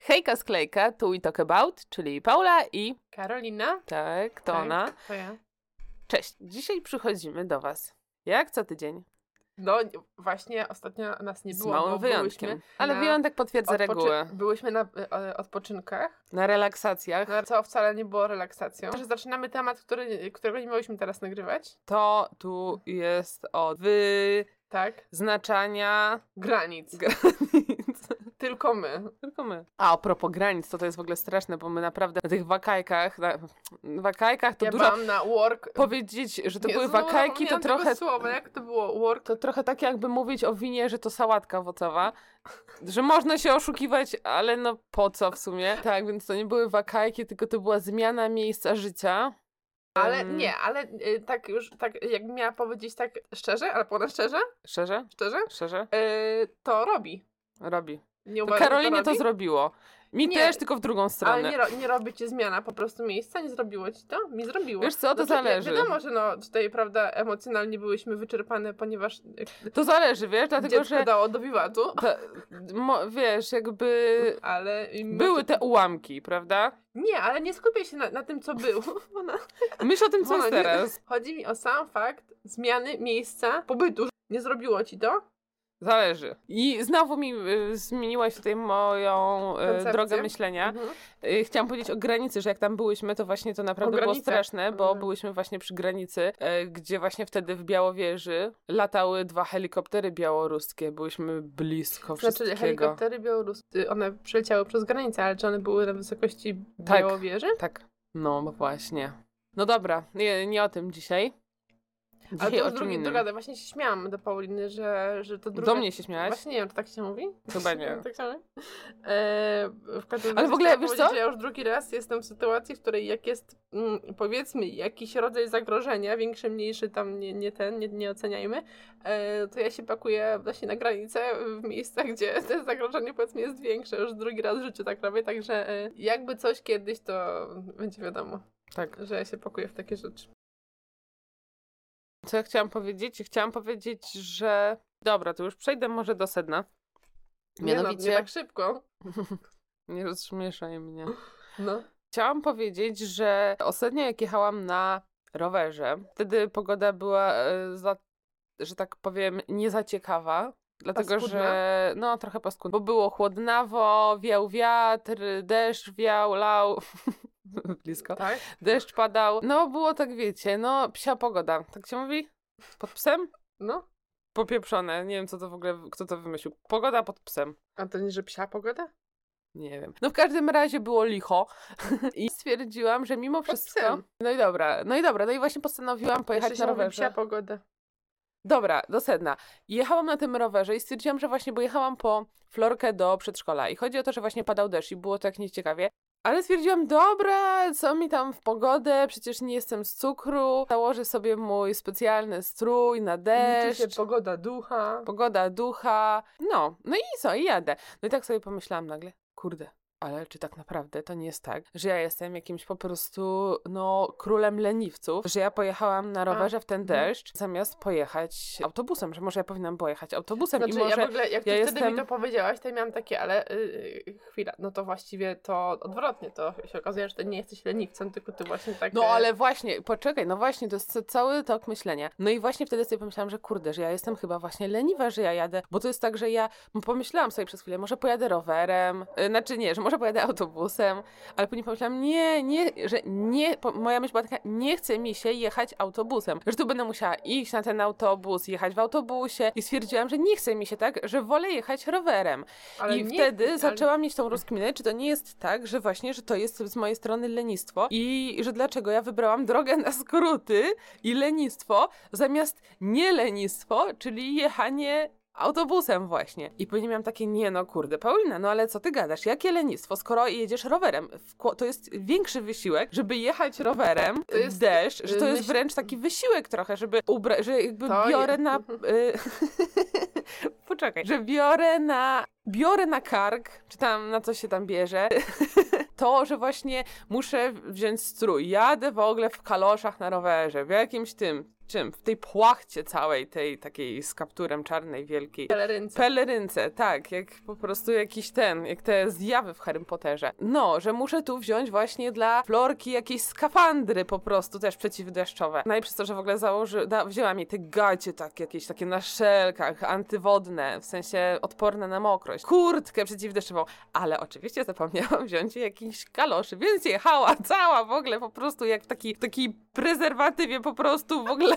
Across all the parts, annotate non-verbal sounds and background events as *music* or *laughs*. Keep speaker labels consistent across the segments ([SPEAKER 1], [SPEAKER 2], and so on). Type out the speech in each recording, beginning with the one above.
[SPEAKER 1] Hejka sklejka, tu i talk about, czyli Paula i
[SPEAKER 2] Karolina?
[SPEAKER 1] tak, to ona.
[SPEAKER 2] Tak, to ja.
[SPEAKER 1] Cześć, dzisiaj przychodzimy do Was. Jak co tydzień,
[SPEAKER 2] No nie- właśnie ostatnio nas nie
[SPEAKER 1] z
[SPEAKER 2] było,
[SPEAKER 1] małym
[SPEAKER 2] bo
[SPEAKER 1] wyjątkiem.
[SPEAKER 2] byłyśmy
[SPEAKER 1] Ale
[SPEAKER 2] na
[SPEAKER 1] wyjątek potwierdza
[SPEAKER 2] odpoczy-
[SPEAKER 1] regułę.
[SPEAKER 2] Byłyśmy na e, odpoczynkach,
[SPEAKER 1] Na relaksacjach
[SPEAKER 2] no, co wcale nie było relaksacją. Że zaczynamy temat, który, którego nie miałyśmy teraz nagrywać.
[SPEAKER 1] to tu jest od
[SPEAKER 2] Tak?
[SPEAKER 1] wyznaczania
[SPEAKER 2] Granic.
[SPEAKER 1] granic. *laughs*
[SPEAKER 2] Tylko my.
[SPEAKER 1] Tylko my. A o propos granic, to to jest w ogóle straszne, bo my naprawdę na tych wakajkach, na wakajkach to
[SPEAKER 2] ja
[SPEAKER 1] dużo...
[SPEAKER 2] byłam na work...
[SPEAKER 1] Powiedzieć, że to
[SPEAKER 2] Jezu,
[SPEAKER 1] były
[SPEAKER 2] no,
[SPEAKER 1] wakajki, to
[SPEAKER 2] zapomniałam
[SPEAKER 1] trochę...
[SPEAKER 2] Tego słowa, jak to było? Work...
[SPEAKER 1] To trochę tak jakby mówić o winie, że to sałatka owocowa, że można się oszukiwać, ale no po co w sumie? Tak, więc to nie były wakajki, tylko to była zmiana miejsca życia.
[SPEAKER 2] Ale
[SPEAKER 1] Em,
[SPEAKER 2] nie, ale e, tak już, tak jakbym miała powiedzieć tak szczerze, ale ponad szczerze,
[SPEAKER 1] Szczerze?
[SPEAKER 2] szczerze,
[SPEAKER 1] Szczerze?
[SPEAKER 2] e, to robi.
[SPEAKER 1] Robi.
[SPEAKER 2] Nie
[SPEAKER 1] To
[SPEAKER 2] uważasz, że
[SPEAKER 1] Karolinie to
[SPEAKER 2] robi?
[SPEAKER 1] zrobiło. Mi
[SPEAKER 2] Nie.
[SPEAKER 1] też, tylko w drugą
[SPEAKER 2] Ale
[SPEAKER 1] stronę.
[SPEAKER 2] nie, ro, nie robi ci zmiana po prostu miejsca? Nie zrobiło ci to? Mi zrobiło.
[SPEAKER 1] Wiesz co, to
[SPEAKER 2] Znaczy, wi-
[SPEAKER 1] zależy.
[SPEAKER 2] Wiadomo, że no tutaj, prawda, emocjonalnie byłyśmy wyczerpane, ponieważ e,
[SPEAKER 1] To zależy, wiesz, dlatego
[SPEAKER 2] dziecko
[SPEAKER 1] że
[SPEAKER 2] dało do wiwatu,
[SPEAKER 1] to, mo, wiesz, jakby
[SPEAKER 2] ale... im-
[SPEAKER 1] były te ułamki, prawda?
[SPEAKER 2] Nie, ale nie skupię się na, na tym, co było. *laughs* Ona...
[SPEAKER 1] Myśl o tym, co
[SPEAKER 2] Ona
[SPEAKER 1] jest
[SPEAKER 2] nie-
[SPEAKER 1] teraz.
[SPEAKER 2] Chodzi mi o sam fakt zmiany miejsca pobytu. Nie zrobiło ci to?
[SPEAKER 1] Zależy. I znowu mi y, zmieniłaś tutaj moją y,
[SPEAKER 2] Koncepcję.
[SPEAKER 1] drogę myślenia.
[SPEAKER 2] Mhm.
[SPEAKER 1] Y, Chciałam powiedzieć o granicy, że jak tam byłyśmy, to właśnie to naprawdę
[SPEAKER 2] O
[SPEAKER 1] było
[SPEAKER 2] granicach.
[SPEAKER 1] straszne, bo
[SPEAKER 2] Mhm.
[SPEAKER 1] byłyśmy właśnie przy granicy, e, gdzie właśnie wtedy w Białowieży latały dwa helikoptery białoruskie. Byłyśmy blisko
[SPEAKER 2] Znaczy
[SPEAKER 1] wszystkiego.
[SPEAKER 2] helikoptery białoruskie, one przeleciały przez granicę, ale czy one były na wysokości
[SPEAKER 1] Tak.
[SPEAKER 2] Białowieży?
[SPEAKER 1] Tak. No właśnie. No dobra, nie, nie o tym dzisiaj.
[SPEAKER 2] Ale
[SPEAKER 1] Dzisiaj
[SPEAKER 2] to
[SPEAKER 1] o
[SPEAKER 2] już
[SPEAKER 1] czym
[SPEAKER 2] drugi,
[SPEAKER 1] innym.
[SPEAKER 2] druga, właśnie się śmiałam do Pauliny, że, że to druga
[SPEAKER 1] Do mnie się śmiałaś?
[SPEAKER 2] Właśnie nie wiem, czy tak się mówi.
[SPEAKER 1] Chyba
[SPEAKER 2] *laughs*
[SPEAKER 1] nie.
[SPEAKER 2] tak się mówi. Eee, w każdym
[SPEAKER 1] Ale w
[SPEAKER 2] razie
[SPEAKER 1] ogóle,
[SPEAKER 2] chciałam
[SPEAKER 1] wiesz
[SPEAKER 2] powiedzieć,
[SPEAKER 1] co?
[SPEAKER 2] że Ja już drugi raz jestem w sytuacji, w której jak jest, mm, powiedzmy, jakiś rodzaj zagrożenia, większy, mniejszy, tam nie, nie ten, nie, nie oceniajmy, eee, to ja się pakuję właśnie na granicę w miejscach, *laughs* gdzie to zagrożenie powiedzmy jest większe. Już drugi raz w życiu tak robię, także e, jakby coś kiedyś, to będzie wiadomo,
[SPEAKER 1] Tak.
[SPEAKER 2] że ja się pakuję w takie rzeczy.
[SPEAKER 1] Co ja chciałam powiedzieć? Chciałam powiedzieć, że... Dobra, to już przejdę może do sedna.
[SPEAKER 2] Nie, no, nie
[SPEAKER 1] Mianowicie...
[SPEAKER 2] tak szybko.
[SPEAKER 1] nie rozśmieszaj mnie.
[SPEAKER 2] No.
[SPEAKER 1] Chciałam powiedzieć, że ostatnio jak jechałam na rowerze, wtedy pogoda była, e, za, że tak powiem, niezaciekawa. Dlatego,
[SPEAKER 2] Paskudna?
[SPEAKER 1] że no trochę paskudna, bo było chłodnawo, wiał wiatr, deszcz wiał, lał, *laughs* blisko,
[SPEAKER 2] Tak?
[SPEAKER 1] deszcz padał. No było tak, wiecie, no psia pogoda, tak się mówi? Pod psem?
[SPEAKER 2] No.
[SPEAKER 1] Popieprzone, nie wiem co to w ogóle, kto to wymyślił. Pogoda pod psem.
[SPEAKER 2] A to nie, że psia pogoda?
[SPEAKER 1] Nie wiem. No w każdym razie było licho *laughs* i stwierdziłam, że mimo wszystko.
[SPEAKER 2] psem.
[SPEAKER 1] No i dobra, no i dobra, no i właśnie postanowiłam pojechać
[SPEAKER 2] Jeszcze
[SPEAKER 1] na
[SPEAKER 2] się mówi psia
[SPEAKER 1] rowerze.
[SPEAKER 2] pogoda.
[SPEAKER 1] Dobra, do sedna. Jechałam na tym rowerze i stwierdziłam, że właśnie, bo jechałam po florkę do przedszkola i chodzi o to, że właśnie padał deszcz i było tak nieciekawie. Ale stwierdziłam, dobra, co mi tam w pogodę, przecież nie jestem z cukru. Założę sobie mój specjalny strój na deszcz.
[SPEAKER 2] Liczy się pogoda ducha.
[SPEAKER 1] Eee, Pogoda, ducha. No, no i co, i jadę. No i tak sobie pomyślałam nagle, kurde, ale czy tak naprawdę to nie jest tak, że ja jestem jakimś po prostu, no, królem leniwców, że ja pojechałam na rowerze w ten
[SPEAKER 2] mhm.
[SPEAKER 1] deszcz, zamiast pojechać autobusem, że może ja powinnam pojechać autobusem
[SPEAKER 2] Znaczy,
[SPEAKER 1] i może...
[SPEAKER 2] ja w ogóle, jak ty
[SPEAKER 1] ja
[SPEAKER 2] wtedy
[SPEAKER 1] jestem-
[SPEAKER 2] mi to powiedziałaś, to ja miałam takie, ale yy, chwila, no to właściwie to odwrotnie, to się okazuje, że ty nie jesteś leniwcem, tylko ty właśnie tak...
[SPEAKER 1] No
[SPEAKER 2] e,
[SPEAKER 1] ale właśnie, poczekaj, no właśnie, to jest ca- cały tok myślenia. No i właśnie wtedy sobie pomyślałam, że kurde, że ja jestem chyba właśnie leniwa, że ja jadę, bo to jest tak, że ja m- pomyślałam sobie przez chwilę, może pojadę rowerem, y, znaczy nie, że może pojadę autobusem, ale później pomyślałam, nie, nie, że nie, po, moja myśl była taka, nie chce mi się jechać autobusem, że tu będę musiała iść na ten autobus, jechać w autobusie i stwierdziłam, że nie chce mi się tak, że wolę jechać rowerem.
[SPEAKER 2] ale
[SPEAKER 1] I
[SPEAKER 2] nie-
[SPEAKER 1] wtedy
[SPEAKER 2] ale-
[SPEAKER 1] zaczęłam mieć tą rozkminę, czy to nie jest tak, że właśnie, że to jest z mojej strony lenistwo i że dlaczego ja wybrałam drogę na skróty i lenistwo zamiast nie lenistwo, czyli jechanie autobusem właśnie. I później miałam takie, nie no kurde, Paulina, no ale co ty gadasz, jakie lenistwo, skoro jedziesz rowerem? W kło- To jest większy wysiłek, żeby jechać rowerem
[SPEAKER 2] To jest,
[SPEAKER 1] w deszcz, że to
[SPEAKER 2] y,
[SPEAKER 1] jest
[SPEAKER 2] myśl-
[SPEAKER 1] wręcz taki wysiłek trochę, żeby ubrać, że jakby
[SPEAKER 2] To je-
[SPEAKER 1] biorę na... y, *laughs* Poczekaj, że biorę na, biorę na kark, czy tam na co się tam bierze, *laughs* to, że właśnie muszę wziąć strój. Jadę w ogóle w kaloszach na rowerze, w jakimś tym. czym? W tej płachcie całej, tej takiej z kapturem czarnej, wielkiej.
[SPEAKER 2] pelerynce.
[SPEAKER 1] Pelerynce, tak, jak po prostu jakiś ten, jak te zjawy w Harry Potterze. No, że muszę tu wziąć właśnie dla Florki jakieś skafandry po prostu, też przeciwdeszczowe. No i przez to, że w ogóle założy, da, wzięłam jej te gacie takie, jakieś takie na szelkach, antywodne, w sensie odporne na mokrość, kurtkę przeciwdeszczową, ale oczywiście zapomniałam *laughs* wziąć jej jakiś kaloszy, więc jechała cała w ogóle po prostu jak w taki, taki prezerwatywie po prostu w ogóle *laughs*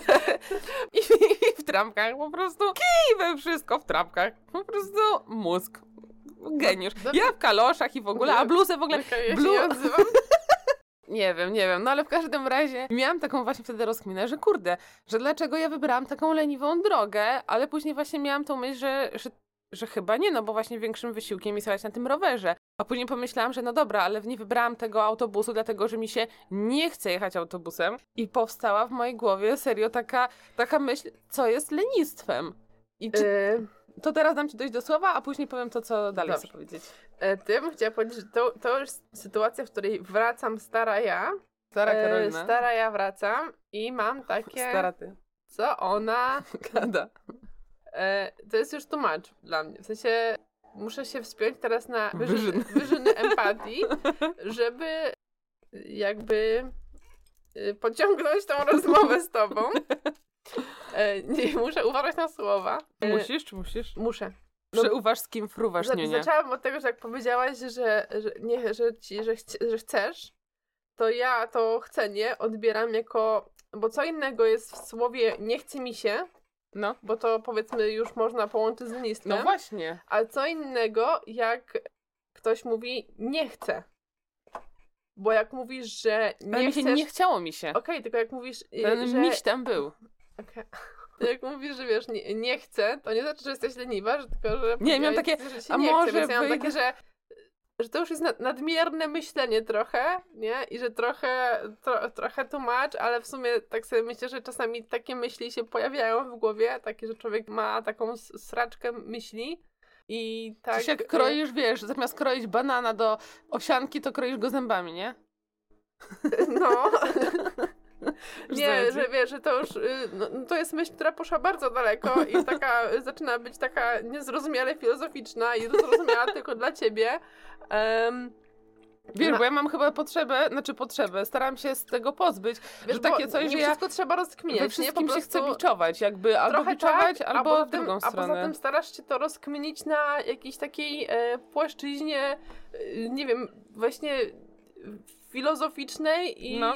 [SPEAKER 1] i, i w trampkach po prostu we wszystko w trampkach. Po prostu mózg. Geniusz.
[SPEAKER 2] Dobrze.
[SPEAKER 1] Ja w kaloszach i w ogóle, a bluzę w ogóle.
[SPEAKER 2] Czekaj, Ja się
[SPEAKER 1] Blue-
[SPEAKER 2] nie
[SPEAKER 1] *laughs*
[SPEAKER 2] odzywam.
[SPEAKER 1] Nie wiem, nie wiem, no ale w każdym razie miałam taką właśnie wtedy rozkminę, że kurde, że dlaczego ja wybrałam taką leniwą drogę, ale później właśnie miałam tą myśl, że, że, że chyba nie, no bo właśnie większym wysiłkiem jest jechać na tym rowerze. A później pomyślałam, że no dobra, ale nie wybrałam tego autobusu, dlatego że mi się nie chce jechać autobusem. I powstała w mojej głowie serio taka, taka myśl, co jest lenistwem. I czy
[SPEAKER 2] E,
[SPEAKER 1] To teraz dam ci dojść do słowa, a później powiem to, co dalej
[SPEAKER 2] Dobrze.
[SPEAKER 1] chcę powiedzieć.
[SPEAKER 2] e, to ja bym chciała powiedzieć, że to, to już sytuacja, w której wracam stara ja.
[SPEAKER 1] Stara
[SPEAKER 2] E,
[SPEAKER 1] Karolina.
[SPEAKER 2] Stara ja wracam i mam takie,
[SPEAKER 1] Stara ty. *laughs*
[SPEAKER 2] co ona...
[SPEAKER 1] Gada.
[SPEAKER 2] E, to jest już tłumacz dla mnie. W sensie muszę się wspiąć teraz na wyżyny,
[SPEAKER 1] Wyżyny.
[SPEAKER 2] wyżyny empatii, żeby jakby y, pociągnąć tą rozmowę z tobą. E, nie, muszę uważać na słowa. E,
[SPEAKER 1] Musisz czy musisz?
[SPEAKER 2] Muszę. No-
[SPEAKER 1] Przeuważ z kim fruwasz,
[SPEAKER 2] Za-
[SPEAKER 1] nie, nie.
[SPEAKER 2] Zaczęłam od tego, że jak powiedziałaś, że, że, nie, że, ci, że, chci, że chcesz, to ja to chcenie odbieram jako... Bo co innego jest w słowie nie chce mi się,
[SPEAKER 1] No.
[SPEAKER 2] bo to powiedzmy już można połączyć z listwem.
[SPEAKER 1] No właśnie.
[SPEAKER 2] A co innego, jak ktoś mówi nie chcę. Bo jak mówisz, że nie
[SPEAKER 1] Ale mi się
[SPEAKER 2] chcesz...
[SPEAKER 1] nie chciało mi się.
[SPEAKER 2] Okej, tylko jak mówisz, y,
[SPEAKER 1] Ten
[SPEAKER 2] że...
[SPEAKER 1] miś tam był.
[SPEAKER 2] Okej. *laughs* To Jak mówisz, że wiesz, nie, nie chcę, to nie znaczy, że jesteś leniwa, że tylko, że...
[SPEAKER 1] Nie, miałam
[SPEAKER 2] powiedziałeś,
[SPEAKER 1] takie,
[SPEAKER 2] Że się
[SPEAKER 1] a
[SPEAKER 2] nie
[SPEAKER 1] może
[SPEAKER 2] chcę, więc ja mam
[SPEAKER 1] wyjdę-
[SPEAKER 2] takie, że... Że to już jest nad- nadmierne myślenie trochę, nie? I że trochę, tro, trochę tłumacz, ale w sumie tak sobie myślę, że czasami takie myśli się pojawiają w głowie, takie, że człowiek ma taką s- sraczkę myśli i tak...
[SPEAKER 1] Coś jak
[SPEAKER 2] y,
[SPEAKER 1] kroisz, wiesz, zamiast kroić banana do owsianki, to kroisz go zębami, nie?
[SPEAKER 2] *laughs* No.
[SPEAKER 1] Już
[SPEAKER 2] Nie,
[SPEAKER 1] zajdzie.
[SPEAKER 2] że wiesz, że to już y, no, no to jest myśl, która poszła bardzo daleko
[SPEAKER 1] *laughs*
[SPEAKER 2] i taka y, zaczyna być taka niezrozumiale filozoficzna i zrozumiała *laughs* tylko dla ciebie. Em,
[SPEAKER 1] Wiesz,
[SPEAKER 2] na-
[SPEAKER 1] bo ja mam chyba potrzebę, znaczy potrzebę, staram się z tego pozbyć,
[SPEAKER 2] wiesz,
[SPEAKER 1] że takie
[SPEAKER 2] bo
[SPEAKER 1] coś,
[SPEAKER 2] nie
[SPEAKER 1] że ja
[SPEAKER 2] wszystko trzeba rozkminiać,
[SPEAKER 1] we
[SPEAKER 2] nie?
[SPEAKER 1] wszystkim się chcę
[SPEAKER 2] prostu
[SPEAKER 1] biczować, jakby albo
[SPEAKER 2] trochę
[SPEAKER 1] biczować,
[SPEAKER 2] tak,
[SPEAKER 1] albo
[SPEAKER 2] a poza
[SPEAKER 1] w
[SPEAKER 2] tym,
[SPEAKER 1] drugą
[SPEAKER 2] A poza
[SPEAKER 1] stronę.
[SPEAKER 2] tym starasz się to rozkminić na jakiejś takiej e, płaszczyźnie, e, nie wiem, właśnie e, filozoficznej i
[SPEAKER 1] No.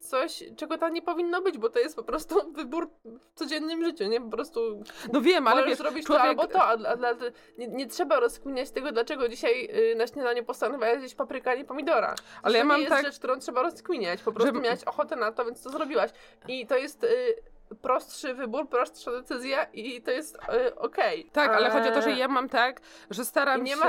[SPEAKER 2] coś, czego tam nie powinno być, bo to jest po prostu *laughs* wybór w codziennym życiu, nie? Po prostu
[SPEAKER 1] No wiem, ale
[SPEAKER 2] Możesz
[SPEAKER 1] wiesz,
[SPEAKER 2] zrobić
[SPEAKER 1] człowiek-
[SPEAKER 2] to albo to, a, dla- a, dla- nie, nie trzeba rozkminiać tego, dlaczego dzisiaj y, na śniadanie postanowiłaś jeść papryka, a nie pomidora.
[SPEAKER 1] Ale
[SPEAKER 2] to
[SPEAKER 1] ja mam
[SPEAKER 2] nie
[SPEAKER 1] tak-
[SPEAKER 2] jest rzecz, którą trzeba rozkminiać, po prostu
[SPEAKER 1] Że-
[SPEAKER 2] miałaś ochotę na to, więc to zrobiłaś. I to jest y, prostszy wybór, prostsza decyzja i to jest y, okej.
[SPEAKER 1] Tak, ale chodzi o to, że
[SPEAKER 2] Eee,
[SPEAKER 1] ja mam tak, że staram
[SPEAKER 2] nie
[SPEAKER 1] się
[SPEAKER 2] ma-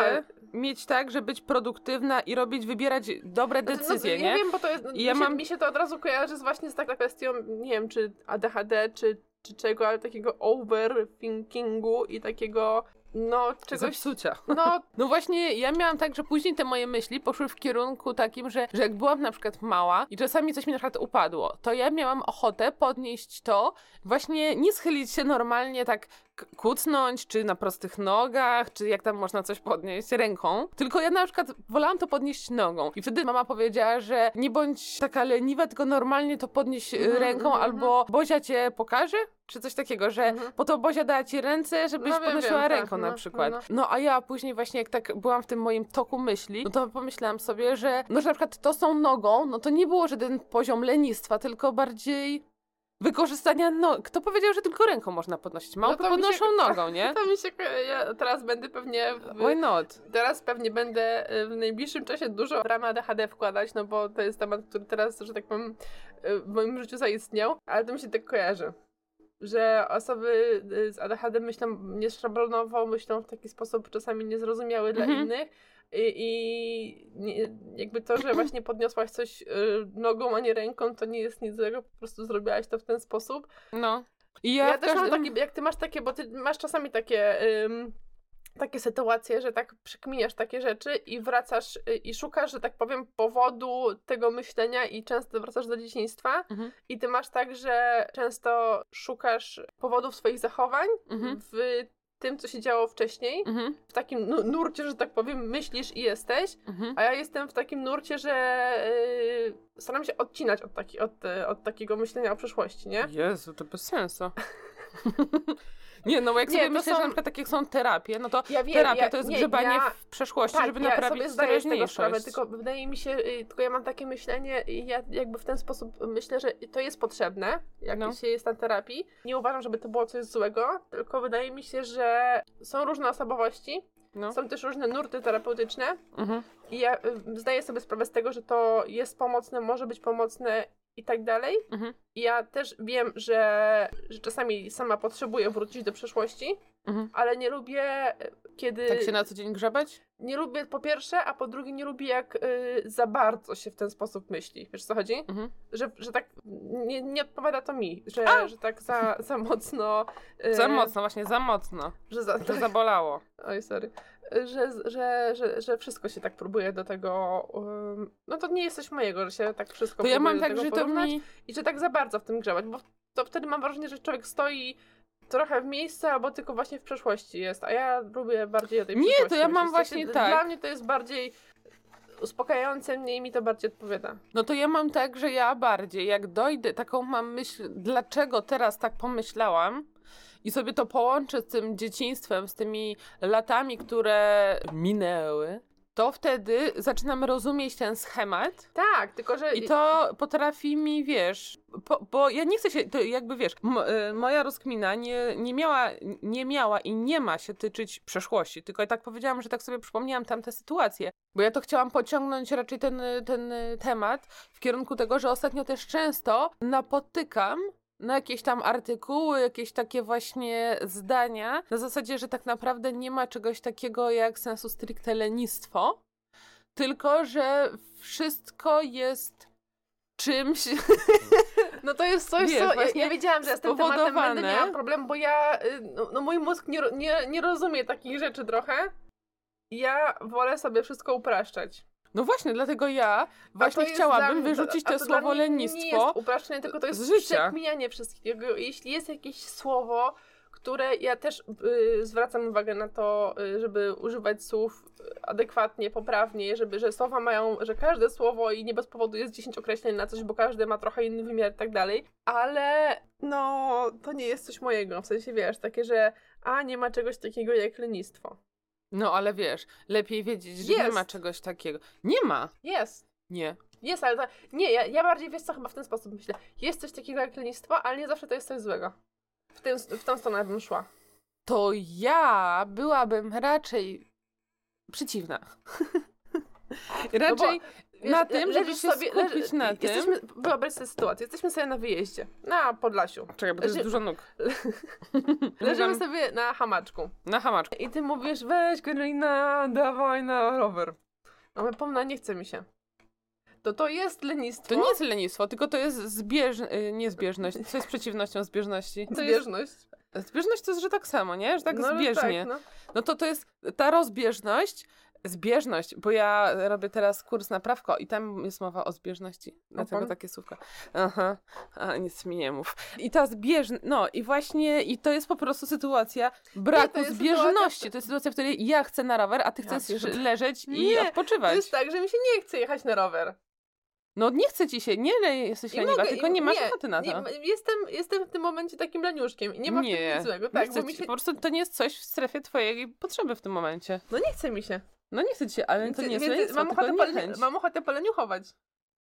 [SPEAKER 1] mieć tak, żeby być produktywna i robić, wybierać dobre decyzje,
[SPEAKER 2] no,
[SPEAKER 1] nie?
[SPEAKER 2] Ja wiem, bo to jest, no,
[SPEAKER 1] I ja
[SPEAKER 2] mi, się,
[SPEAKER 1] mam-
[SPEAKER 2] mi się to od razu kojarzy z właśnie z taką kwestią, nie wiem, czy ADHD, czy, czy czego, ale takiego overthinkingu i takiego, no, czegoś,
[SPEAKER 1] Zepsucia.
[SPEAKER 2] no,
[SPEAKER 1] No właśnie, ja miałam tak, że później te moje myśli poszły w kierunku takim, że, że jak byłam na przykład mała i czasami coś mi na przykład upadło, to ja miałam ochotę podnieść to, właśnie nie schylić się normalnie tak k- kucnąć, czy na prostych nogach, czy jak tam można coś podnieść ręką, tylko ja na przykład wolałam to podnieść nogą. I wtedy mama powiedziała, że nie bądź taka leniwa, tylko normalnie to podnieś e,
[SPEAKER 2] Mhm,
[SPEAKER 1] ręką,
[SPEAKER 2] mhm,
[SPEAKER 1] albo Bozia cię pokaże, czy coś takiego, że
[SPEAKER 2] Mhm.
[SPEAKER 1] po to Bozia dała ci ręce, żebyś
[SPEAKER 2] No wiem,
[SPEAKER 1] podnosiła
[SPEAKER 2] wiem, tak,
[SPEAKER 1] ręką na
[SPEAKER 2] no,
[SPEAKER 1] przykład.
[SPEAKER 2] no.
[SPEAKER 1] No a ja później właśnie jak tak byłam w tym moim toku myśli, no to pomyślałam sobie, że no że na przykład to są nogą, no to nie było żaden poziom lenistwa, tylko bardziej wykorzystania no Kto powiedział, że tylko ręką można podnosić? Małpy
[SPEAKER 2] No to mi się- *laughs*
[SPEAKER 1] podnoszą nogą, nie?
[SPEAKER 2] To mi się ko- ja teraz będę pewnie
[SPEAKER 1] Why
[SPEAKER 2] w,
[SPEAKER 1] not?
[SPEAKER 2] teraz pewnie będę e, w najbliższym czasie dużo w ramę ADHD wkładać, no bo to jest temat, który teraz, że tak powiem, e, w moim życiu zaistniał, ale to mi się tak kojarzy. Że osoby e, z ADHD myślą nieszablonowo, myślą w taki sposób czasami niezrozumiały dla
[SPEAKER 1] Mhm.
[SPEAKER 2] innych i, i nie, jakby to, że właśnie podniosłaś coś e, nogą, a nie ręką, to nie jest nic złego, po prostu zrobiłaś to w ten sposób.
[SPEAKER 1] No. I
[SPEAKER 2] Ja,
[SPEAKER 1] ja, w
[SPEAKER 2] też mam
[SPEAKER 1] każdym-
[SPEAKER 2] takie, jak ty masz takie, bo ty masz czasami takie ym, takie sytuacje, że tak przekminiasz takie rzeczy i wracasz y, i szukasz, że tak powiem, powodu tego myślenia i często wracasz do dzieciństwa
[SPEAKER 1] Mhm.
[SPEAKER 2] i ty masz tak, że często szukasz powodów swoich zachowań
[SPEAKER 1] Mhm.
[SPEAKER 2] w tym, co się działo wcześniej,
[SPEAKER 1] Mhm.
[SPEAKER 2] w takim nu- nurcie, że tak powiem, myślisz i jesteś,
[SPEAKER 1] Mhm.
[SPEAKER 2] a ja jestem w takim nurcie, że y, staram się odcinać od, taki, od, e, od takiego myślenia o przyszłości, nie?
[SPEAKER 1] Jezu, to bez sensu. *laughs* nie, no bo jak
[SPEAKER 2] Nie,
[SPEAKER 1] sobie
[SPEAKER 2] to
[SPEAKER 1] myślę, że
[SPEAKER 2] są-
[SPEAKER 1] na przykład tak jak są terapie, no to
[SPEAKER 2] Ja wiem,
[SPEAKER 1] terapia
[SPEAKER 2] ja-
[SPEAKER 1] to jest
[SPEAKER 2] nie,
[SPEAKER 1] grzebanie
[SPEAKER 2] ja- Tak,
[SPEAKER 1] w przeszłości, żeby
[SPEAKER 2] ja
[SPEAKER 1] naprawić
[SPEAKER 2] sobie zdaję z tego
[SPEAKER 1] teraźniejszość.
[SPEAKER 2] sprawę, tylko wydaje mi się, y, tylko ja mam takie myślenie i ja jakby w ten sposób myślę, że to jest potrzebne, jak
[SPEAKER 1] No.
[SPEAKER 2] się jest na terapii. Nie uważam, żeby to było coś złego, tylko wydaje mi się, że są różne osobowości,
[SPEAKER 1] No.
[SPEAKER 2] są też różne nurty terapeutyczne
[SPEAKER 1] Mhm.
[SPEAKER 2] i ja y, zdaję sobie sprawę z tego, że to jest pomocne, może być pomocne i tak dalej.
[SPEAKER 1] Mhm.
[SPEAKER 2] I ja też wiem, że, że czasami sama potrzebuję wrócić do przeszłości,
[SPEAKER 1] Mhm.
[SPEAKER 2] ale nie lubię, y, kiedy
[SPEAKER 1] Tak się na co dzień grzebać?
[SPEAKER 2] nie lubię po pierwsze, a po drugie nie lubię jak y, za bardzo się w ten sposób myśli. Wiesz o co chodzi?
[SPEAKER 1] Mhm.
[SPEAKER 2] Że, że tak nie, nie odpowiada to mi, że,
[SPEAKER 1] A!
[SPEAKER 2] że tak za, za mocno. y,
[SPEAKER 1] Za mocno, właśnie, za mocno.
[SPEAKER 2] Że za,
[SPEAKER 1] Yy. To zabolało.
[SPEAKER 2] Oj, sorry. Że, że, że, że wszystko się tak próbuje do tego. ym, no to nie jest coś mojego, że się tak wszystko
[SPEAKER 1] To ja
[SPEAKER 2] próbuje
[SPEAKER 1] mam
[SPEAKER 2] do
[SPEAKER 1] tak,
[SPEAKER 2] tego
[SPEAKER 1] że to
[SPEAKER 2] porównać
[SPEAKER 1] mi...
[SPEAKER 2] i że tak za bardzo w tym grzebać, bo to wtedy mam wrażenie, że człowiek stoi trochę w miejscu, albo tylko właśnie w przeszłości jest, a ja lubię bardziej o tej
[SPEAKER 1] Nie, to
[SPEAKER 2] przeszłości.
[SPEAKER 1] ja mam
[SPEAKER 2] myśleć.
[SPEAKER 1] właśnie
[SPEAKER 2] Znaczy,
[SPEAKER 1] tak.
[SPEAKER 2] Dla mnie to jest bardziej uspokajające mnie i mi to bardziej odpowiada.
[SPEAKER 1] No to ja mam tak, że ja bardziej, jak dojdę, taką mam myśl, dlaczego teraz tak pomyślałam i sobie to połączę z tym dzieciństwem, z tymi latami, które minęły, to wtedy zaczynam rozumieć ten schemat.
[SPEAKER 2] Tak, tylko że...
[SPEAKER 1] I to potrafi mi, wiesz, po, bo ja nie chcę się, to jakby wiesz, m, y, moja rozkmina nie, nie, miała, nie miała i nie ma się tyczyć przeszłości, tylko ja tak powiedziałam, że tak sobie przypomniałam tamte sytuacje, bo ja to chciałam pociągnąć raczej ten, y, ten y, temat w kierunku tego, że ostatnio też często napotykam na jakieś tam artykuły, jakieś takie właśnie zdania, na zasadzie, że tak naprawdę nie ma czegoś takiego jak sensu stricte lenistwo, tylko że wszystko jest czymś. *laughs*
[SPEAKER 2] No to jest coś,
[SPEAKER 1] Wiesz,
[SPEAKER 2] co... Ja,
[SPEAKER 1] właśnie
[SPEAKER 2] ja wiedziałam, że ja z tym tematem będę
[SPEAKER 1] spowodowane.
[SPEAKER 2] miała problem, bo ja... y, No, no mój mózg nie, ro- nie, nie rozumie takich rzeczy trochę. Ja wolę sobie wszystko upraszczać.
[SPEAKER 1] No właśnie, dlatego ja
[SPEAKER 2] A
[SPEAKER 1] właśnie
[SPEAKER 2] to jest
[SPEAKER 1] chciałabym
[SPEAKER 2] dla-
[SPEAKER 1] wyrzucić
[SPEAKER 2] a
[SPEAKER 1] to,
[SPEAKER 2] to dla
[SPEAKER 1] słowo
[SPEAKER 2] mnie Nie
[SPEAKER 1] lenistwo.
[SPEAKER 2] jest upraszczenie, tylko to
[SPEAKER 1] z
[SPEAKER 2] jest
[SPEAKER 1] życia.
[SPEAKER 2] przekminianie wszystkiego. Jeśli jest jakieś słowo, które ja też y, zwracam uwagę na to, y, żeby używać słów y, adekwatnie, poprawnie, żeby, że słowa mają, że każde słowo i nie bez powodu jest 10 określeń na coś, bo każde ma trochę inny wymiar i tak dalej, ale no to nie jest coś mojego, w sensie wiesz, takie, że a nie ma czegoś takiego jak lenistwo.
[SPEAKER 1] No ale wiesz, lepiej wiedzieć, że nie
[SPEAKER 2] Jest.
[SPEAKER 1] ma czegoś takiego. Nie ma.
[SPEAKER 2] Jest.
[SPEAKER 1] Nie.
[SPEAKER 2] Jest, ale to, nie, ja, ja bardziej wiesz co, chyba w ten sposób myślę. Jest coś takiego jak lenistwo, ale nie zawsze to jest coś złego. W, tym, w tą stronę bym szła.
[SPEAKER 1] To ja byłabym raczej przeciwna. *laughs* raczej
[SPEAKER 2] No Wiesz,
[SPEAKER 1] na tym, żeby
[SPEAKER 2] leżysz
[SPEAKER 1] się skupić na tym.
[SPEAKER 2] Jesteśmy, wyobraź sobie sytuację, jesteśmy sobie na wyjeździe, na Podlasiu. *laughs*
[SPEAKER 1] Czekaj, bo to jest
[SPEAKER 2] leży-
[SPEAKER 1] dużo nóg.
[SPEAKER 2] Leżymy
[SPEAKER 1] Leżam
[SPEAKER 2] sobie na hamaczku.
[SPEAKER 1] na hamaczku.
[SPEAKER 2] I ty mówisz, weź Karolina, dawaj na rower. A my pomna, nie chce mi się. To to jest lenistwo.
[SPEAKER 1] To nie jest lenistwo, tylko to jest zbież... y, niezbieżność. Co jest przeciwnością zbieżności? To jest...
[SPEAKER 2] zbieżność.
[SPEAKER 1] Zbieżność to jest, że tak samo, nie? Że tak
[SPEAKER 2] no,
[SPEAKER 1] zbieżnie.
[SPEAKER 2] Tak, no.
[SPEAKER 1] No to to jest ta rozbieżność, zbieżność, bo ja robię teraz kurs na prawko i tam jest mowa o zbieżności, dlatego
[SPEAKER 2] pan?
[SPEAKER 1] takie słówka. Aha, a nic mi nie mów. I ta zbieżność, no i właśnie, i to jest po prostu sytuacja braku
[SPEAKER 2] jest
[SPEAKER 1] zbieżności.
[SPEAKER 2] sytuacja-
[SPEAKER 1] To jest sytuacja, w której ja chcę na rower, a ty
[SPEAKER 2] Ja
[SPEAKER 1] chcesz
[SPEAKER 2] pierdolę.
[SPEAKER 1] leżeć i
[SPEAKER 2] Nie, To
[SPEAKER 1] odpoczywać.
[SPEAKER 2] jest tak, że mi się nie chce jechać na rower.
[SPEAKER 1] No nie chce ci się, nie le- jesteś
[SPEAKER 2] I
[SPEAKER 1] leniwa,
[SPEAKER 2] mogę-
[SPEAKER 1] tylko
[SPEAKER 2] i-
[SPEAKER 1] nie masz ochoty na to.
[SPEAKER 2] nie, jestem, jestem w tym momencie takim leniuszkiem i nie ma w
[SPEAKER 1] Nie,
[SPEAKER 2] tym nic złego,
[SPEAKER 1] nie
[SPEAKER 2] tak?
[SPEAKER 1] chce
[SPEAKER 2] Bo mi
[SPEAKER 1] ci-
[SPEAKER 2] się,
[SPEAKER 1] Po prostu to nie jest coś w strefie twojej potrzeby w tym momencie.
[SPEAKER 2] no nie chce mi się.
[SPEAKER 1] No nie chce ci się, ale to nie jest
[SPEAKER 2] Więc
[SPEAKER 1] lenistwo,
[SPEAKER 2] mam,
[SPEAKER 1] tylko
[SPEAKER 2] ochotę
[SPEAKER 1] niechęć.
[SPEAKER 2] pole, mam ochotę poleniuchować.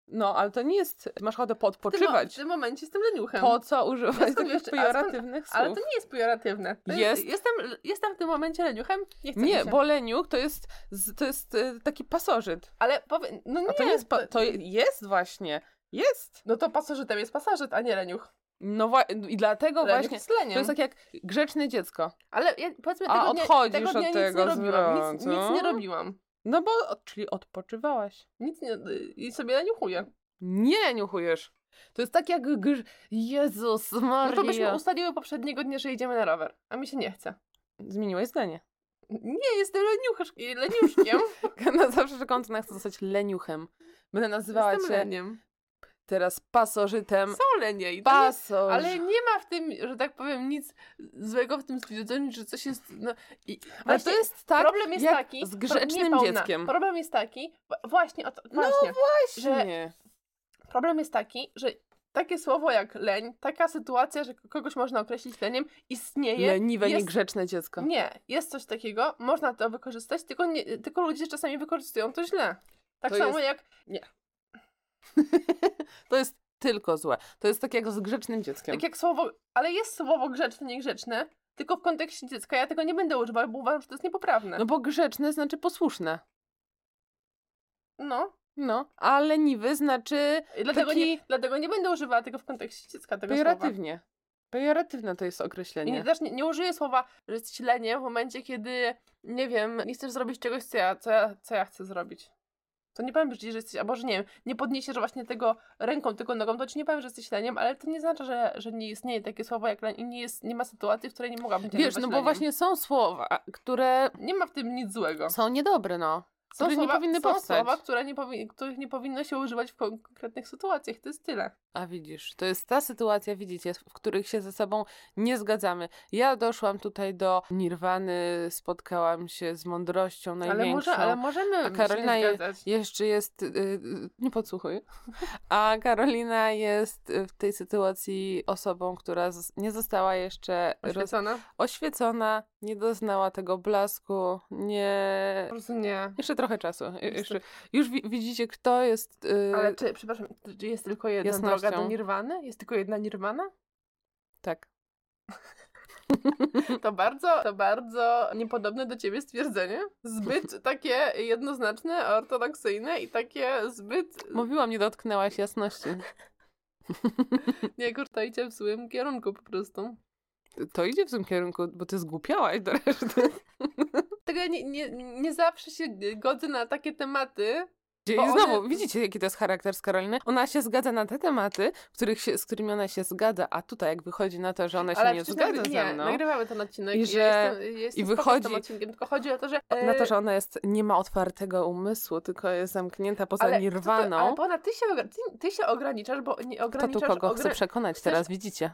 [SPEAKER 1] No, ale to nie jest. Masz ochotę
[SPEAKER 2] W tym, mo- w
[SPEAKER 1] podpoczywać.
[SPEAKER 2] tym momencie jestem leniuchem.
[SPEAKER 1] Po co używać
[SPEAKER 2] skąd
[SPEAKER 1] takich
[SPEAKER 2] wiesz- a skąd-
[SPEAKER 1] pejoratywnych
[SPEAKER 2] Ale
[SPEAKER 1] słów?
[SPEAKER 2] to nie jest pejoratywne. To Jest,
[SPEAKER 1] Jest.
[SPEAKER 2] jestem, jestem w tym momencie leniuchem, nie chce mi
[SPEAKER 1] Nie,
[SPEAKER 2] się.
[SPEAKER 1] bo leniuch to jest, z- to jest e, taki pasożyt.
[SPEAKER 2] Ale powie... no nie,
[SPEAKER 1] A to nie jest. Pa...
[SPEAKER 2] to-
[SPEAKER 1] To jest właśnie. Jest.
[SPEAKER 2] No to pasożytem jest pasożyt, a nie leniuch.
[SPEAKER 1] No wa- i dlatego
[SPEAKER 2] Leniuch
[SPEAKER 1] właśnie.
[SPEAKER 2] jest leniem.
[SPEAKER 1] To jest tak jak grzeczne dziecko.
[SPEAKER 2] Ale ja, powiedzmy,
[SPEAKER 1] A,
[SPEAKER 2] tego dnia,
[SPEAKER 1] odchodzisz
[SPEAKER 2] tego
[SPEAKER 1] od
[SPEAKER 2] dnia
[SPEAKER 1] tego
[SPEAKER 2] nic nie robiłam. Nic,
[SPEAKER 1] zwrotu.
[SPEAKER 2] nic nie robiłam.
[SPEAKER 1] No bo, czyli odpoczywałaś.
[SPEAKER 2] Nic nie... I sobie leniuchuję.
[SPEAKER 1] Nie leniuchujesz. To jest tak jak grz... Jezus
[SPEAKER 2] No to byśmy
[SPEAKER 1] Maria.
[SPEAKER 2] ustaliły poprzedniego dnia, że idziemy na rower, a mi się nie chce.
[SPEAKER 1] Zmieniłeś zdanie.
[SPEAKER 2] Nie, jestem leniuchesz-
[SPEAKER 1] *laughs*
[SPEAKER 2] leniuszkiem.
[SPEAKER 1] Na zawsze rzekątna chcę zostać leniuchem. Będę nazywała
[SPEAKER 2] jestem
[SPEAKER 1] cię
[SPEAKER 2] leniem.
[SPEAKER 1] teraz pasożytem.
[SPEAKER 2] Są lenie i to nie-
[SPEAKER 1] Pasoż.
[SPEAKER 2] Ale nie ma w tym, że tak powiem, nic złego w tym stwierdzeniu, że coś jest. No, i,
[SPEAKER 1] Ale to
[SPEAKER 2] właśnie
[SPEAKER 1] jest tak,
[SPEAKER 2] problem jest
[SPEAKER 1] jak
[SPEAKER 2] taki.
[SPEAKER 1] z
[SPEAKER 2] pro-
[SPEAKER 1] grzecznym
[SPEAKER 2] nie, Paulina,
[SPEAKER 1] dzieckiem. No
[SPEAKER 2] Problem jest taki. wa- Właśnie, o to, właśnie. że-
[SPEAKER 1] Nie.
[SPEAKER 2] problem jest taki, że takie słowo jak leń, taka sytuacja, że kogoś można określić leniem, istnieje.
[SPEAKER 1] Leniwe,
[SPEAKER 2] jest-
[SPEAKER 1] niegrzeczne dziecko.
[SPEAKER 2] Nie, jest coś takiego, można to wykorzystać, tylko, nie, tylko ludzie czasami wykorzystują to źle. Tak
[SPEAKER 1] To
[SPEAKER 2] samo
[SPEAKER 1] jest-
[SPEAKER 2] jak.
[SPEAKER 1] To jest tylko złe. To jest tak jak z grzecznym dzieckiem.
[SPEAKER 2] Tak jak słowo, ale jest słowo grzeczne, niegrzeczne, tylko w kontekście dziecka ja tego nie będę używał, bo uważam, że to jest niepoprawne.
[SPEAKER 1] No bo grzeczne znaczy posłuszne.
[SPEAKER 2] no.
[SPEAKER 1] No, a leniwy znaczy
[SPEAKER 2] I Dlatego,
[SPEAKER 1] Taki-
[SPEAKER 2] nie, dlatego nie będę używała tego w kontekście dziecka, tego słowa.
[SPEAKER 1] pejoratywnie. Pejoratywne to jest
[SPEAKER 2] I nie,
[SPEAKER 1] określenie.
[SPEAKER 2] też nie, nie użyję słowa, że jesteś leniem w momencie, kiedy, nie wiem, nie chcesz zrobić czegoś, co ja, co ja, co ja chcę zrobić. To nie powiem ci, że jesteś, albo że nie wiem, nie podniesiesz właśnie tego ręką, tylko nogą, to ci nie powiem, że jesteś leniem, ale to nie znaczy, że, że nie istnieje takie słowo jak leń i nie, jest, nie ma sytuacji, w której nie mogłabym cię
[SPEAKER 1] Wiesz,
[SPEAKER 2] nazwać
[SPEAKER 1] no bo
[SPEAKER 2] leniem.
[SPEAKER 1] właśnie są słowa, które
[SPEAKER 2] Nie ma w tym nic złego.
[SPEAKER 1] są niedobre, no.
[SPEAKER 2] Są
[SPEAKER 1] które nie
[SPEAKER 2] słowa,
[SPEAKER 1] powinny
[SPEAKER 2] są
[SPEAKER 1] powstać.
[SPEAKER 2] słowa, które nie powi- których nie powinno się używać w kon- konkretnych sytuacjach, to jest tyle.
[SPEAKER 1] A widzisz, to jest ta sytuacja, widzicie, w których się ze sobą nie zgadzamy. Ja doszłam tutaj do Nirwany, spotkałam się z mądrością
[SPEAKER 2] Ale,
[SPEAKER 1] największą.
[SPEAKER 2] może, ale możemy
[SPEAKER 1] A Karolina
[SPEAKER 2] się
[SPEAKER 1] je-
[SPEAKER 2] nie zgadzać.
[SPEAKER 1] Jeszcze jest, y, y, nie podsłuchuj, *laughs* a Karolina jest y, w tej sytuacji osobą, która zos- nie została jeszcze roz...
[SPEAKER 2] Oświecona?
[SPEAKER 1] oświecona, nie doznała tego blasku, nie...
[SPEAKER 2] Po prostu nie.
[SPEAKER 1] Jeszcze trochę czasu. y,
[SPEAKER 2] Niestety.
[SPEAKER 1] Jeszcze, już wi- widzicie, kto jest... y,
[SPEAKER 2] Ale czy, przepraszam, czy- czy jest tylko jedna
[SPEAKER 1] Jasnością.
[SPEAKER 2] droga do Nirwany? Jest tylko jedna Nirwana?
[SPEAKER 1] Tak. Hm.
[SPEAKER 2] To bardzo, to bardzo niepodobne do ciebie stwierdzenie.
[SPEAKER 1] *laughs*
[SPEAKER 2] Zbyt takie jednoznaczne, ortodoksyjne i takie zbyt,
[SPEAKER 1] Mówiłam, nie dotknęłaś jasności.
[SPEAKER 2] nie kurczajcie w złym kierunku po prostu.
[SPEAKER 1] To idzie w tym kierunku, bo ty zgłupiałaś do
[SPEAKER 2] *laughs*
[SPEAKER 1] reszty.
[SPEAKER 2] Tego ja nie, nie, nie zawsze się godzę na takie tematy.
[SPEAKER 1] I
[SPEAKER 2] Bo one-
[SPEAKER 1] znowu, widzicie, jaki to jest charakter z Karoliny? Ona się zgadza na te tematy, w których się, z którymi ona się zgadza, a tutaj jak wychodzi na to, że ona się
[SPEAKER 2] ale
[SPEAKER 1] nie
[SPEAKER 2] przecież
[SPEAKER 1] zgadza
[SPEAKER 2] nagry-
[SPEAKER 1] ze
[SPEAKER 2] nie,
[SPEAKER 1] mną,
[SPEAKER 2] nagrywamy ten odcinek.
[SPEAKER 1] I
[SPEAKER 2] I że...
[SPEAKER 1] że-
[SPEAKER 2] Ja jestem, ja jestem
[SPEAKER 1] i
[SPEAKER 2] spoko z
[SPEAKER 1] wychodzi-
[SPEAKER 2] tym odcinkiem, tylko chodzi o to, że...
[SPEAKER 1] na
[SPEAKER 2] e,
[SPEAKER 1] to, że ona jest, nie ma otwartego umysłu, tylko jest zamknięta poza
[SPEAKER 2] ale Co ty,
[SPEAKER 1] nirwaną,
[SPEAKER 2] ale Bona, ty się, ogra- ty, ty się ograniczasz, bo nie
[SPEAKER 1] kto tu
[SPEAKER 2] ograniczasz...
[SPEAKER 1] kogo
[SPEAKER 2] ogra-
[SPEAKER 1] chce przekonać, teraz widzicie.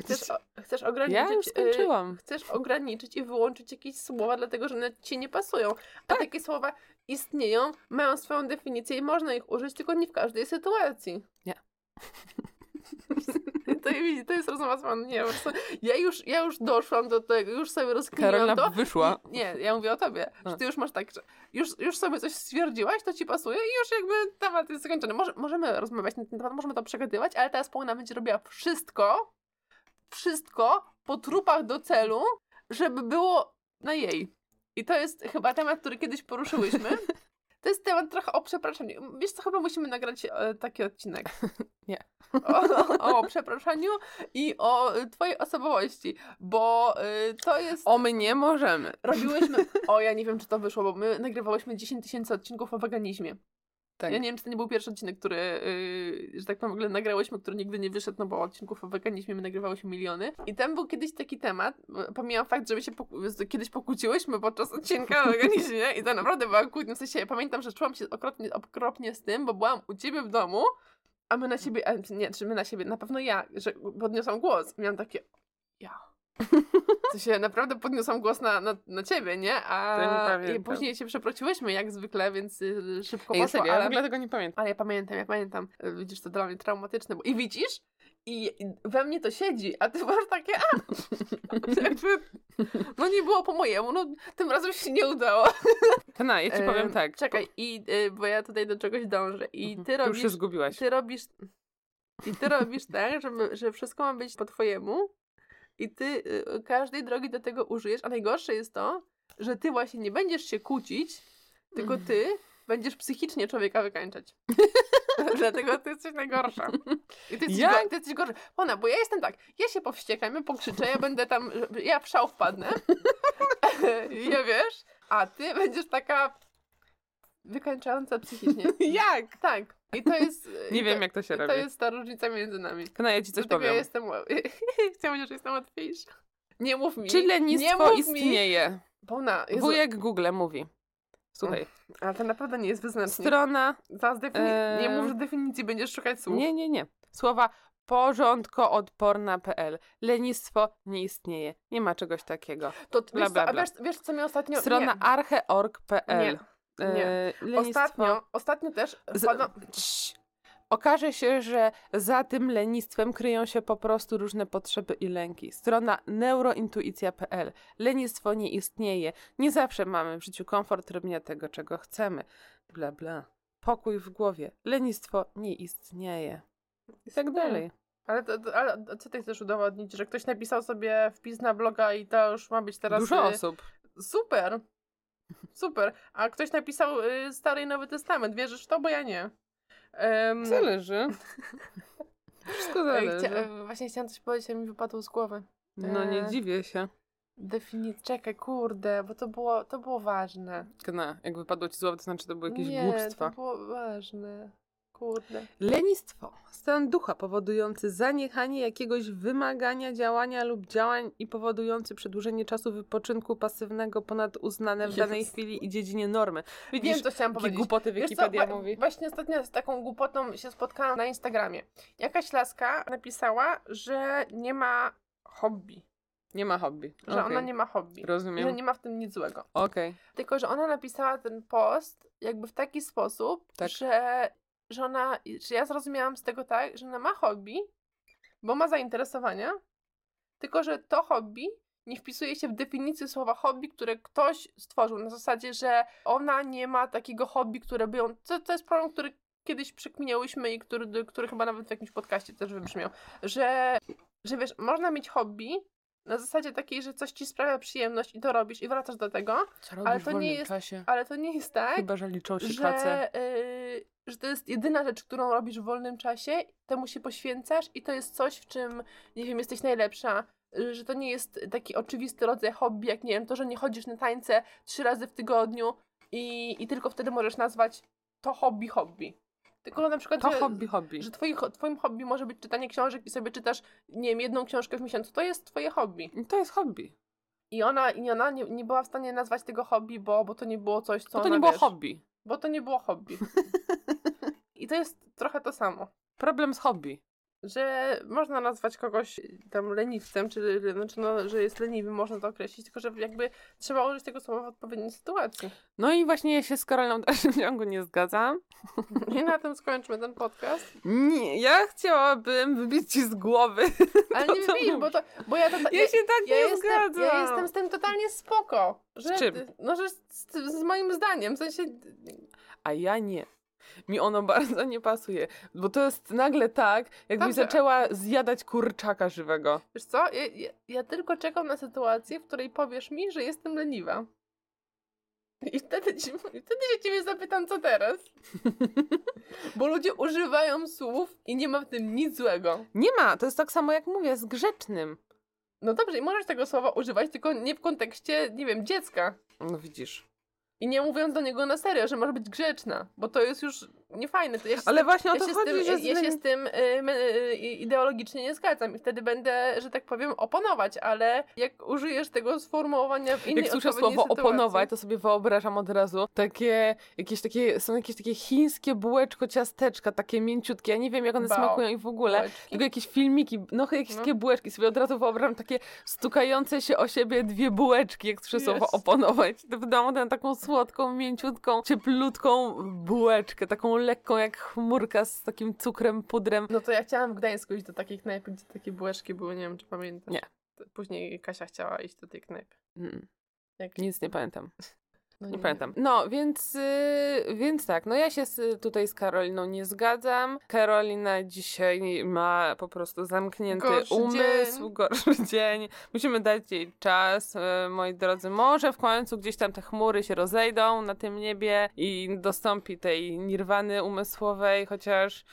[SPEAKER 2] Chcesz, o- chcesz ograniczyć.
[SPEAKER 1] Ja już
[SPEAKER 2] y,
[SPEAKER 1] skończyłam.
[SPEAKER 2] Chcesz ograniczyć i wyłączyć jakieś słowa, dlatego że one ci nie pasują. A
[SPEAKER 1] Tak.
[SPEAKER 2] takie słowa istnieją, mają swoją definicję i można ich użyć, tylko nie w każdej sytuacji.
[SPEAKER 1] Nie.
[SPEAKER 2] *laughs* To, jest- to jest rozmowa z panem. Nie, po prostu ja już, ja już doszłam do tego, już sobie rozkminiłam
[SPEAKER 1] Karolina
[SPEAKER 2] to.
[SPEAKER 1] wyszła.
[SPEAKER 2] I, nie, ja mówię o tobie, że
[SPEAKER 1] A.
[SPEAKER 2] ty już masz tak, że już, już sobie coś stwierdziłaś, to ci pasuje i już jakby temat jest zakończony. Może, możemy rozmawiać na ten temat, możemy to przegadywać, ale teraz Paulina będzie robiła wszystko, wszystko po trupach do celu, żeby było na jej. I to jest chyba temat, który
[SPEAKER 1] *laughs*
[SPEAKER 2] kiedyś poruszyłyśmy. To jest temat trochę o przepraszaniu. Wiesz co, chyba musimy nagrać e, taki odcinek.
[SPEAKER 1] *laughs* Nie.
[SPEAKER 2] O, o przepraszaniu i o e, twojej osobowości, bo e, to jest...
[SPEAKER 1] O mnie możemy.
[SPEAKER 2] Robiłyśmy. O, ja nie wiem, czy to wyszło, bo my nagrywałyśmy 10 tysięcy odcinków o weganizmie.
[SPEAKER 1] Tak.
[SPEAKER 2] Ja nie wiem, czy to nie był pierwszy odcinek, który, yy, że tak powiem, w ogóle nagrałyśmy, który nigdy nie wyszedł, no bo odcinków o weganizmie my nagrywałyśmy miliony. I tam był kiedyś taki temat, bo pomijam fakt, że my się poku- kiedyś pokłóciłyśmy podczas odcinka o weganizmie i to naprawdę była kłótnia. W sensie ja pamiętam, że czułam się okropnie, okropnie z tym, bo byłam u ciebie w domu, a my na siebie, a, nie, czy my na siebie, na pewno ja, że podniosłam głos. Miałam takie, ja. W sensie naprawdę podniosłam głos na, na, na ciebie, nie?
[SPEAKER 1] To nie
[SPEAKER 2] A i
[SPEAKER 1] pamiętam.
[SPEAKER 2] później się przeprociłyśmy jak zwykle, więc y, szybko
[SPEAKER 1] Ej,
[SPEAKER 2] poszło,
[SPEAKER 1] serio, ja w
[SPEAKER 2] ale...
[SPEAKER 1] ogóle tego nie pamiętam.
[SPEAKER 2] Ale ja pamiętam, ja pamiętam. Y, Widzisz, to dla mnie traumatyczne. Bo... I widzisz? I i we mnie to siedzi, a ty masz takie,
[SPEAKER 1] *laughs*
[SPEAKER 2] a! Jakby, no nie było po mojemu, no tym razem się nie udało.
[SPEAKER 1] Kana, ja ci
[SPEAKER 2] Em,
[SPEAKER 1] powiem tak.
[SPEAKER 2] Czekaj, i, y, bo ja tutaj do czegoś dążę. I
[SPEAKER 1] Mhm,
[SPEAKER 2] ty
[SPEAKER 1] już się
[SPEAKER 2] robisz,
[SPEAKER 1] zgubiłaś.
[SPEAKER 2] ty *laughs* robisz, i ty robisz tak, żeby, że wszystko ma być po twojemu i ty y, każdej drogi do tego użyjesz, a najgorsze jest to, że ty właśnie nie będziesz się kłócić, tylko *laughs* ty będziesz psychicznie człowieka wykańczać. *laughs* Dlatego ty jesteś najgorsza. I ty jesteś,
[SPEAKER 1] Ja?
[SPEAKER 2] go, ty jesteś gorsza. Ona, bo ja jestem tak, ja się powściekam, ja pokrzyczę, ja będę tam, ja w szał wpadnę. *laughs* ja wiesz, a ty będziesz taka wykańczająca psychicznie.
[SPEAKER 1] Jak?
[SPEAKER 2] Tak. I to jest...
[SPEAKER 1] *laughs* Nie
[SPEAKER 2] i
[SPEAKER 1] wiem,
[SPEAKER 2] to,
[SPEAKER 1] jak to się
[SPEAKER 2] i
[SPEAKER 1] robi.
[SPEAKER 2] To jest ta różnica między nami.
[SPEAKER 1] Kana, ja ci coś
[SPEAKER 2] Dlatego
[SPEAKER 1] powiem.
[SPEAKER 2] ja *laughs* jestem... Chciałam powiedzieć, że jestem łatwiejsza. Nie mów mi.
[SPEAKER 1] Czy
[SPEAKER 2] nie
[SPEAKER 1] lenistwo
[SPEAKER 2] mów mi,
[SPEAKER 1] istnieje?
[SPEAKER 2] Bo ona jest...
[SPEAKER 1] Wujek Google mówi.
[SPEAKER 2] Mm,
[SPEAKER 1] Słuchaj,
[SPEAKER 2] Ale to naprawdę nie jest wyznacznik.
[SPEAKER 1] strona
[SPEAKER 2] Zaraz defini... nie
[SPEAKER 1] Em,
[SPEAKER 2] mów definicji, będziesz szukać słów.
[SPEAKER 1] e, Nie, nie, nie. Słowa porządkoodporna.pl. Lenistwo nie istnieje. Nie ma czegoś takiego.
[SPEAKER 2] To,
[SPEAKER 1] Bla,
[SPEAKER 2] wiesz,
[SPEAKER 1] bla,
[SPEAKER 2] co, a
[SPEAKER 1] bla.
[SPEAKER 2] wiesz, wiesz co mnie ostatnio...
[SPEAKER 1] Strona archeorg.pl.
[SPEAKER 2] Nie, nie.
[SPEAKER 1] E,
[SPEAKER 2] nie.
[SPEAKER 1] lenistwo-
[SPEAKER 2] Ostatnio, ostatnio też...
[SPEAKER 1] Z-
[SPEAKER 2] wpadłam-
[SPEAKER 1] Cii. Okaże się, że za tym lenistwem kryją się po prostu różne potrzeby i lęki. Strona neurointuicja.pl. Lenistwo nie istnieje. Nie zawsze mamy w życiu komfort robienia tego, czego chcemy. Bla, bla. Pokój w głowie. Lenistwo nie istnieje. I tak dalej.
[SPEAKER 2] Ale, to, to, ale co ty chcesz udowodnić? Że ktoś napisał sobie wpis na bloga i to już ma być teraz...
[SPEAKER 1] Dużo
[SPEAKER 2] y,
[SPEAKER 1] osób.
[SPEAKER 2] Super! Super. A ktoś napisał y, Stary i Nowy Testament. Wierzysz w to, bo ja nie. Em,
[SPEAKER 1] Zależy. Wszystko
[SPEAKER 2] e,
[SPEAKER 1] zależy.
[SPEAKER 2] chcia- e, właśnie chciałam coś powiedzieć, a mi wypadło z głowy.
[SPEAKER 1] No nie
[SPEAKER 2] e,
[SPEAKER 1] dziwię się.
[SPEAKER 2] Definicja, czekaj, kurde, bo to było, to było ważne.
[SPEAKER 1] Kna, jak wypadło ci słowo, to znaczy to były jakieś
[SPEAKER 2] nie,
[SPEAKER 1] głupstwa.
[SPEAKER 2] to było ważne. Kurde.
[SPEAKER 1] Lenistwo. Stan ducha powodujący zaniechanie jakiegoś wymagania działania lub działań i powodujący przedłużenie czasu wypoczynku pasywnego ponad uznane w danej
[SPEAKER 2] Jezus.
[SPEAKER 1] chwili i dziedzinie normy. Widzisz,
[SPEAKER 2] Wiem, co chciałam
[SPEAKER 1] jakie
[SPEAKER 2] powiedzieć.
[SPEAKER 1] głupoty
[SPEAKER 2] Wiesz co,
[SPEAKER 1] Wikipedia
[SPEAKER 2] wa-
[SPEAKER 1] mówi.
[SPEAKER 2] Właśnie ostatnio z taką głupotą się spotkałam na Instagramie. Jakaś laska napisała, że nie ma hobby.
[SPEAKER 1] Nie ma hobby.
[SPEAKER 2] Że ona nie ma hobby.
[SPEAKER 1] Rozumiem.
[SPEAKER 2] Że nie ma w tym nic złego.
[SPEAKER 1] Okej.
[SPEAKER 2] Tylko, że ona napisała ten post jakby w taki sposób,
[SPEAKER 1] Tak.
[SPEAKER 2] że, że ona, że ja zrozumiałam z tego tak, że ona ma hobby, bo ma zainteresowania, tylko, że to hobby nie wpisuje się w definicję słowa hobby, które ktoś stworzył na zasadzie, że ona nie ma takiego hobby, które by ją, to, to jest problem, który kiedyś przekminęłyśmy i który, który chyba nawet w jakimś podcaście też wybrzmiał, że, że wiesz, można mieć hobby na zasadzie takiej, że coś ci sprawia przyjemność i to robisz i wracasz do tego,
[SPEAKER 1] Co
[SPEAKER 2] robisz w wolnym
[SPEAKER 1] czasie?
[SPEAKER 2] ale to nie jest tak,
[SPEAKER 1] Chyba, że liczą się prace.
[SPEAKER 2] że, y, że to jest jedyna rzecz, którą robisz w wolnym czasie, temu się poświęcasz i to jest coś, w czym, nie wiem, jesteś najlepsza. y, Że to nie jest taki oczywisty rodzaj hobby, jak nie wiem, to, że nie chodzisz na tańce trzy razy w tygodniu i, i tylko wtedy możesz nazwać to hobby hobby. Tylko na przykład,
[SPEAKER 1] To
[SPEAKER 2] że,
[SPEAKER 1] hobby, hobby.
[SPEAKER 2] Znaczy, że twoi, ho- twoim hobby może być czytanie książek i sobie czytasz, nie wiem, jedną książkę w miesiącu. To jest twoje hobby.
[SPEAKER 1] I To jest hobby.
[SPEAKER 2] I ona, i ona nie, nie była w stanie nazwać tego hobby, bo, bo to nie było coś, co
[SPEAKER 1] Bo to
[SPEAKER 2] ona,
[SPEAKER 1] nie było
[SPEAKER 2] wiesz,
[SPEAKER 1] hobby.
[SPEAKER 2] bo to nie było
[SPEAKER 1] *laughs*
[SPEAKER 2] hobby. I to jest trochę to samo,
[SPEAKER 1] Problem z hobby.
[SPEAKER 2] że można nazwać kogoś y, tam leniwcem, czy znaczy no, że jest leniwy, można to określić, tylko że jakby trzeba użyć tego słowa w odpowiedniej sytuacji. *laughs*
[SPEAKER 1] No i właśnie ja się z Karolą w dalszym *laughs* ciągu nie zgadzam.
[SPEAKER 2] I na tym skończmy ten
[SPEAKER 1] *laughs*
[SPEAKER 2] podcast.
[SPEAKER 1] Nie, ja chciałabym wybić ci z głowy.
[SPEAKER 2] Ale
[SPEAKER 1] No To,
[SPEAKER 2] nie
[SPEAKER 1] co
[SPEAKER 2] wybisz, bo to, bo ja to
[SPEAKER 1] Ja się tak nie
[SPEAKER 2] jestem,
[SPEAKER 1] zgadzam.
[SPEAKER 2] ja jestem z tym totalnie spoko. Że,
[SPEAKER 1] czym?
[SPEAKER 2] No, że z, z moim zdaniem, w sensie
[SPEAKER 1] A ja nie. Mi ono *laughs* bardzo nie pasuje, bo to jest nagle tak, jakbyś
[SPEAKER 2] Dobrze.
[SPEAKER 1] zaczęła zjadać kurczaka żywego.
[SPEAKER 2] Wiesz co? Ja, ja, ja tylko czekam na sytuację, w której powiesz mi, że jestem leniwa. I wtedy, ci, i wtedy się ciebie zapytam, co teraz. Bo ludzie używają słów i nie ma w tym nic złego.
[SPEAKER 1] Nie ma, to jest tak samo jak mówię, z grzecznym.
[SPEAKER 2] No dobrze, i możesz tego słowa używać, tylko nie w kontekście, nie wiem, dziecka.
[SPEAKER 1] No widzisz.
[SPEAKER 2] I nie mówiąc do niego na serio, że masz być grzeczna, bo to jest już niefajne. To ja się
[SPEAKER 1] Ale właśnie o
[SPEAKER 2] ja
[SPEAKER 1] to
[SPEAKER 2] się,
[SPEAKER 1] chodzi,
[SPEAKER 2] z
[SPEAKER 1] że
[SPEAKER 2] tym, ja się z tym y, me- y, ideologicznie nie zgadzam i wtedy będę, że tak powiem, oponować, ale jak użyjesz tego sformułowania w innej
[SPEAKER 1] jak słyszę
[SPEAKER 2] odpowiedniej
[SPEAKER 1] słowo
[SPEAKER 2] sytuacji,
[SPEAKER 1] oponować, to sobie wyobrażam od razu takie, jakieś takie, są jakieś takie chińskie bułeczko, ciasteczka, takie mięciutkie, ja nie wiem jak one
[SPEAKER 2] Bao.
[SPEAKER 1] smakują i w ogóle.
[SPEAKER 2] bułeczki.
[SPEAKER 1] Tylko jakieś filmiki, no chyba jakieś
[SPEAKER 2] No.
[SPEAKER 1] takie bułeczki. Sobie od razu wyobrażam takie stukające się o siebie dwie bułeczki, jak słyszę słowo
[SPEAKER 2] Jest.
[SPEAKER 1] oponować. To wydało tę taką słodką, mięciutką, cieplutką bułeczkę, taką lekką jak chmurka z takim cukrem, pudrem.
[SPEAKER 2] No to ja chciałam w Gdańsku iść do takiej knajpy, gdzie takie bułeczki były, nie wiem czy pamiętasz.
[SPEAKER 1] Nie.
[SPEAKER 2] To Później Kasia chciała iść do tej knajpy.
[SPEAKER 1] Mm,
[SPEAKER 2] Jak...
[SPEAKER 1] nic nie pamiętam.
[SPEAKER 2] no
[SPEAKER 1] Nie pamiętam. No, więc, y, więc tak, no ja się z, tutaj z Karoliną nie zgadzam. Karolina dzisiaj ma po prostu zamknięty
[SPEAKER 2] Gorszy
[SPEAKER 1] umysł,
[SPEAKER 2] dzień.
[SPEAKER 1] gorszy *laughs* dzień. Musimy dać jej czas, y, moi drodzy. Może w końcu gdzieś tam te chmury się rozejdą na tym niebie i dostąpi tej nirwany umysłowej, chociaż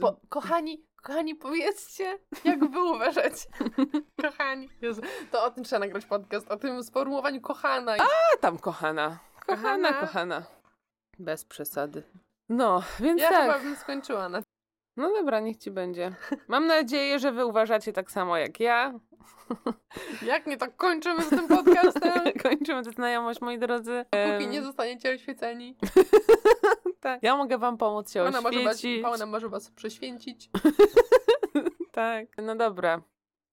[SPEAKER 2] Po, kochani, kochani, powiedzcie, jak wy uważacie.
[SPEAKER 1] *laughs*
[SPEAKER 2] kochani. Jezu, to o tym trzeba nagrać podcast, o tym sformułowaniu kochana. i-
[SPEAKER 1] a tam kochana, kochana,
[SPEAKER 2] Kochana.
[SPEAKER 1] kochana. Bez przesady. No, więc
[SPEAKER 2] Ja
[SPEAKER 1] tak.
[SPEAKER 2] chyba bym skończyła na
[SPEAKER 1] No dobra, niech ci będzie. Mam nadzieję, że wy uważacie tak samo jak ja,
[SPEAKER 2] Jak nie, tak kończymy z tym podcastem.
[SPEAKER 1] Kończymy tę znajomość, moi drodzy. *laughs*
[SPEAKER 2] Póki
[SPEAKER 1] Em,
[SPEAKER 2] nie zostaniecie oświeceni,
[SPEAKER 1] tak. Ja mogę wam pomóc się
[SPEAKER 2] Pauna może, was,
[SPEAKER 1] oświecić.
[SPEAKER 2] Pauna może was prześwięcić.
[SPEAKER 1] Tak. No dobra.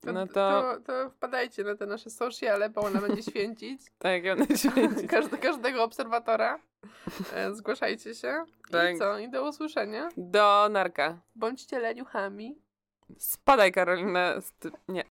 [SPEAKER 1] No to,
[SPEAKER 2] to... To wpadajcie na te nasze sociale, Pauna będzie
[SPEAKER 1] *laughs*
[SPEAKER 2] święcić.
[SPEAKER 1] tak, ja będę świecić.
[SPEAKER 2] Każde, każdego obserwatora. E, Zgłaszajcie się.
[SPEAKER 1] Tak.
[SPEAKER 2] I co? I do usłyszenia.
[SPEAKER 1] Do narka.
[SPEAKER 2] Bądźcie leniuchami.
[SPEAKER 1] Spadaj, Karolina. z ty- Nie.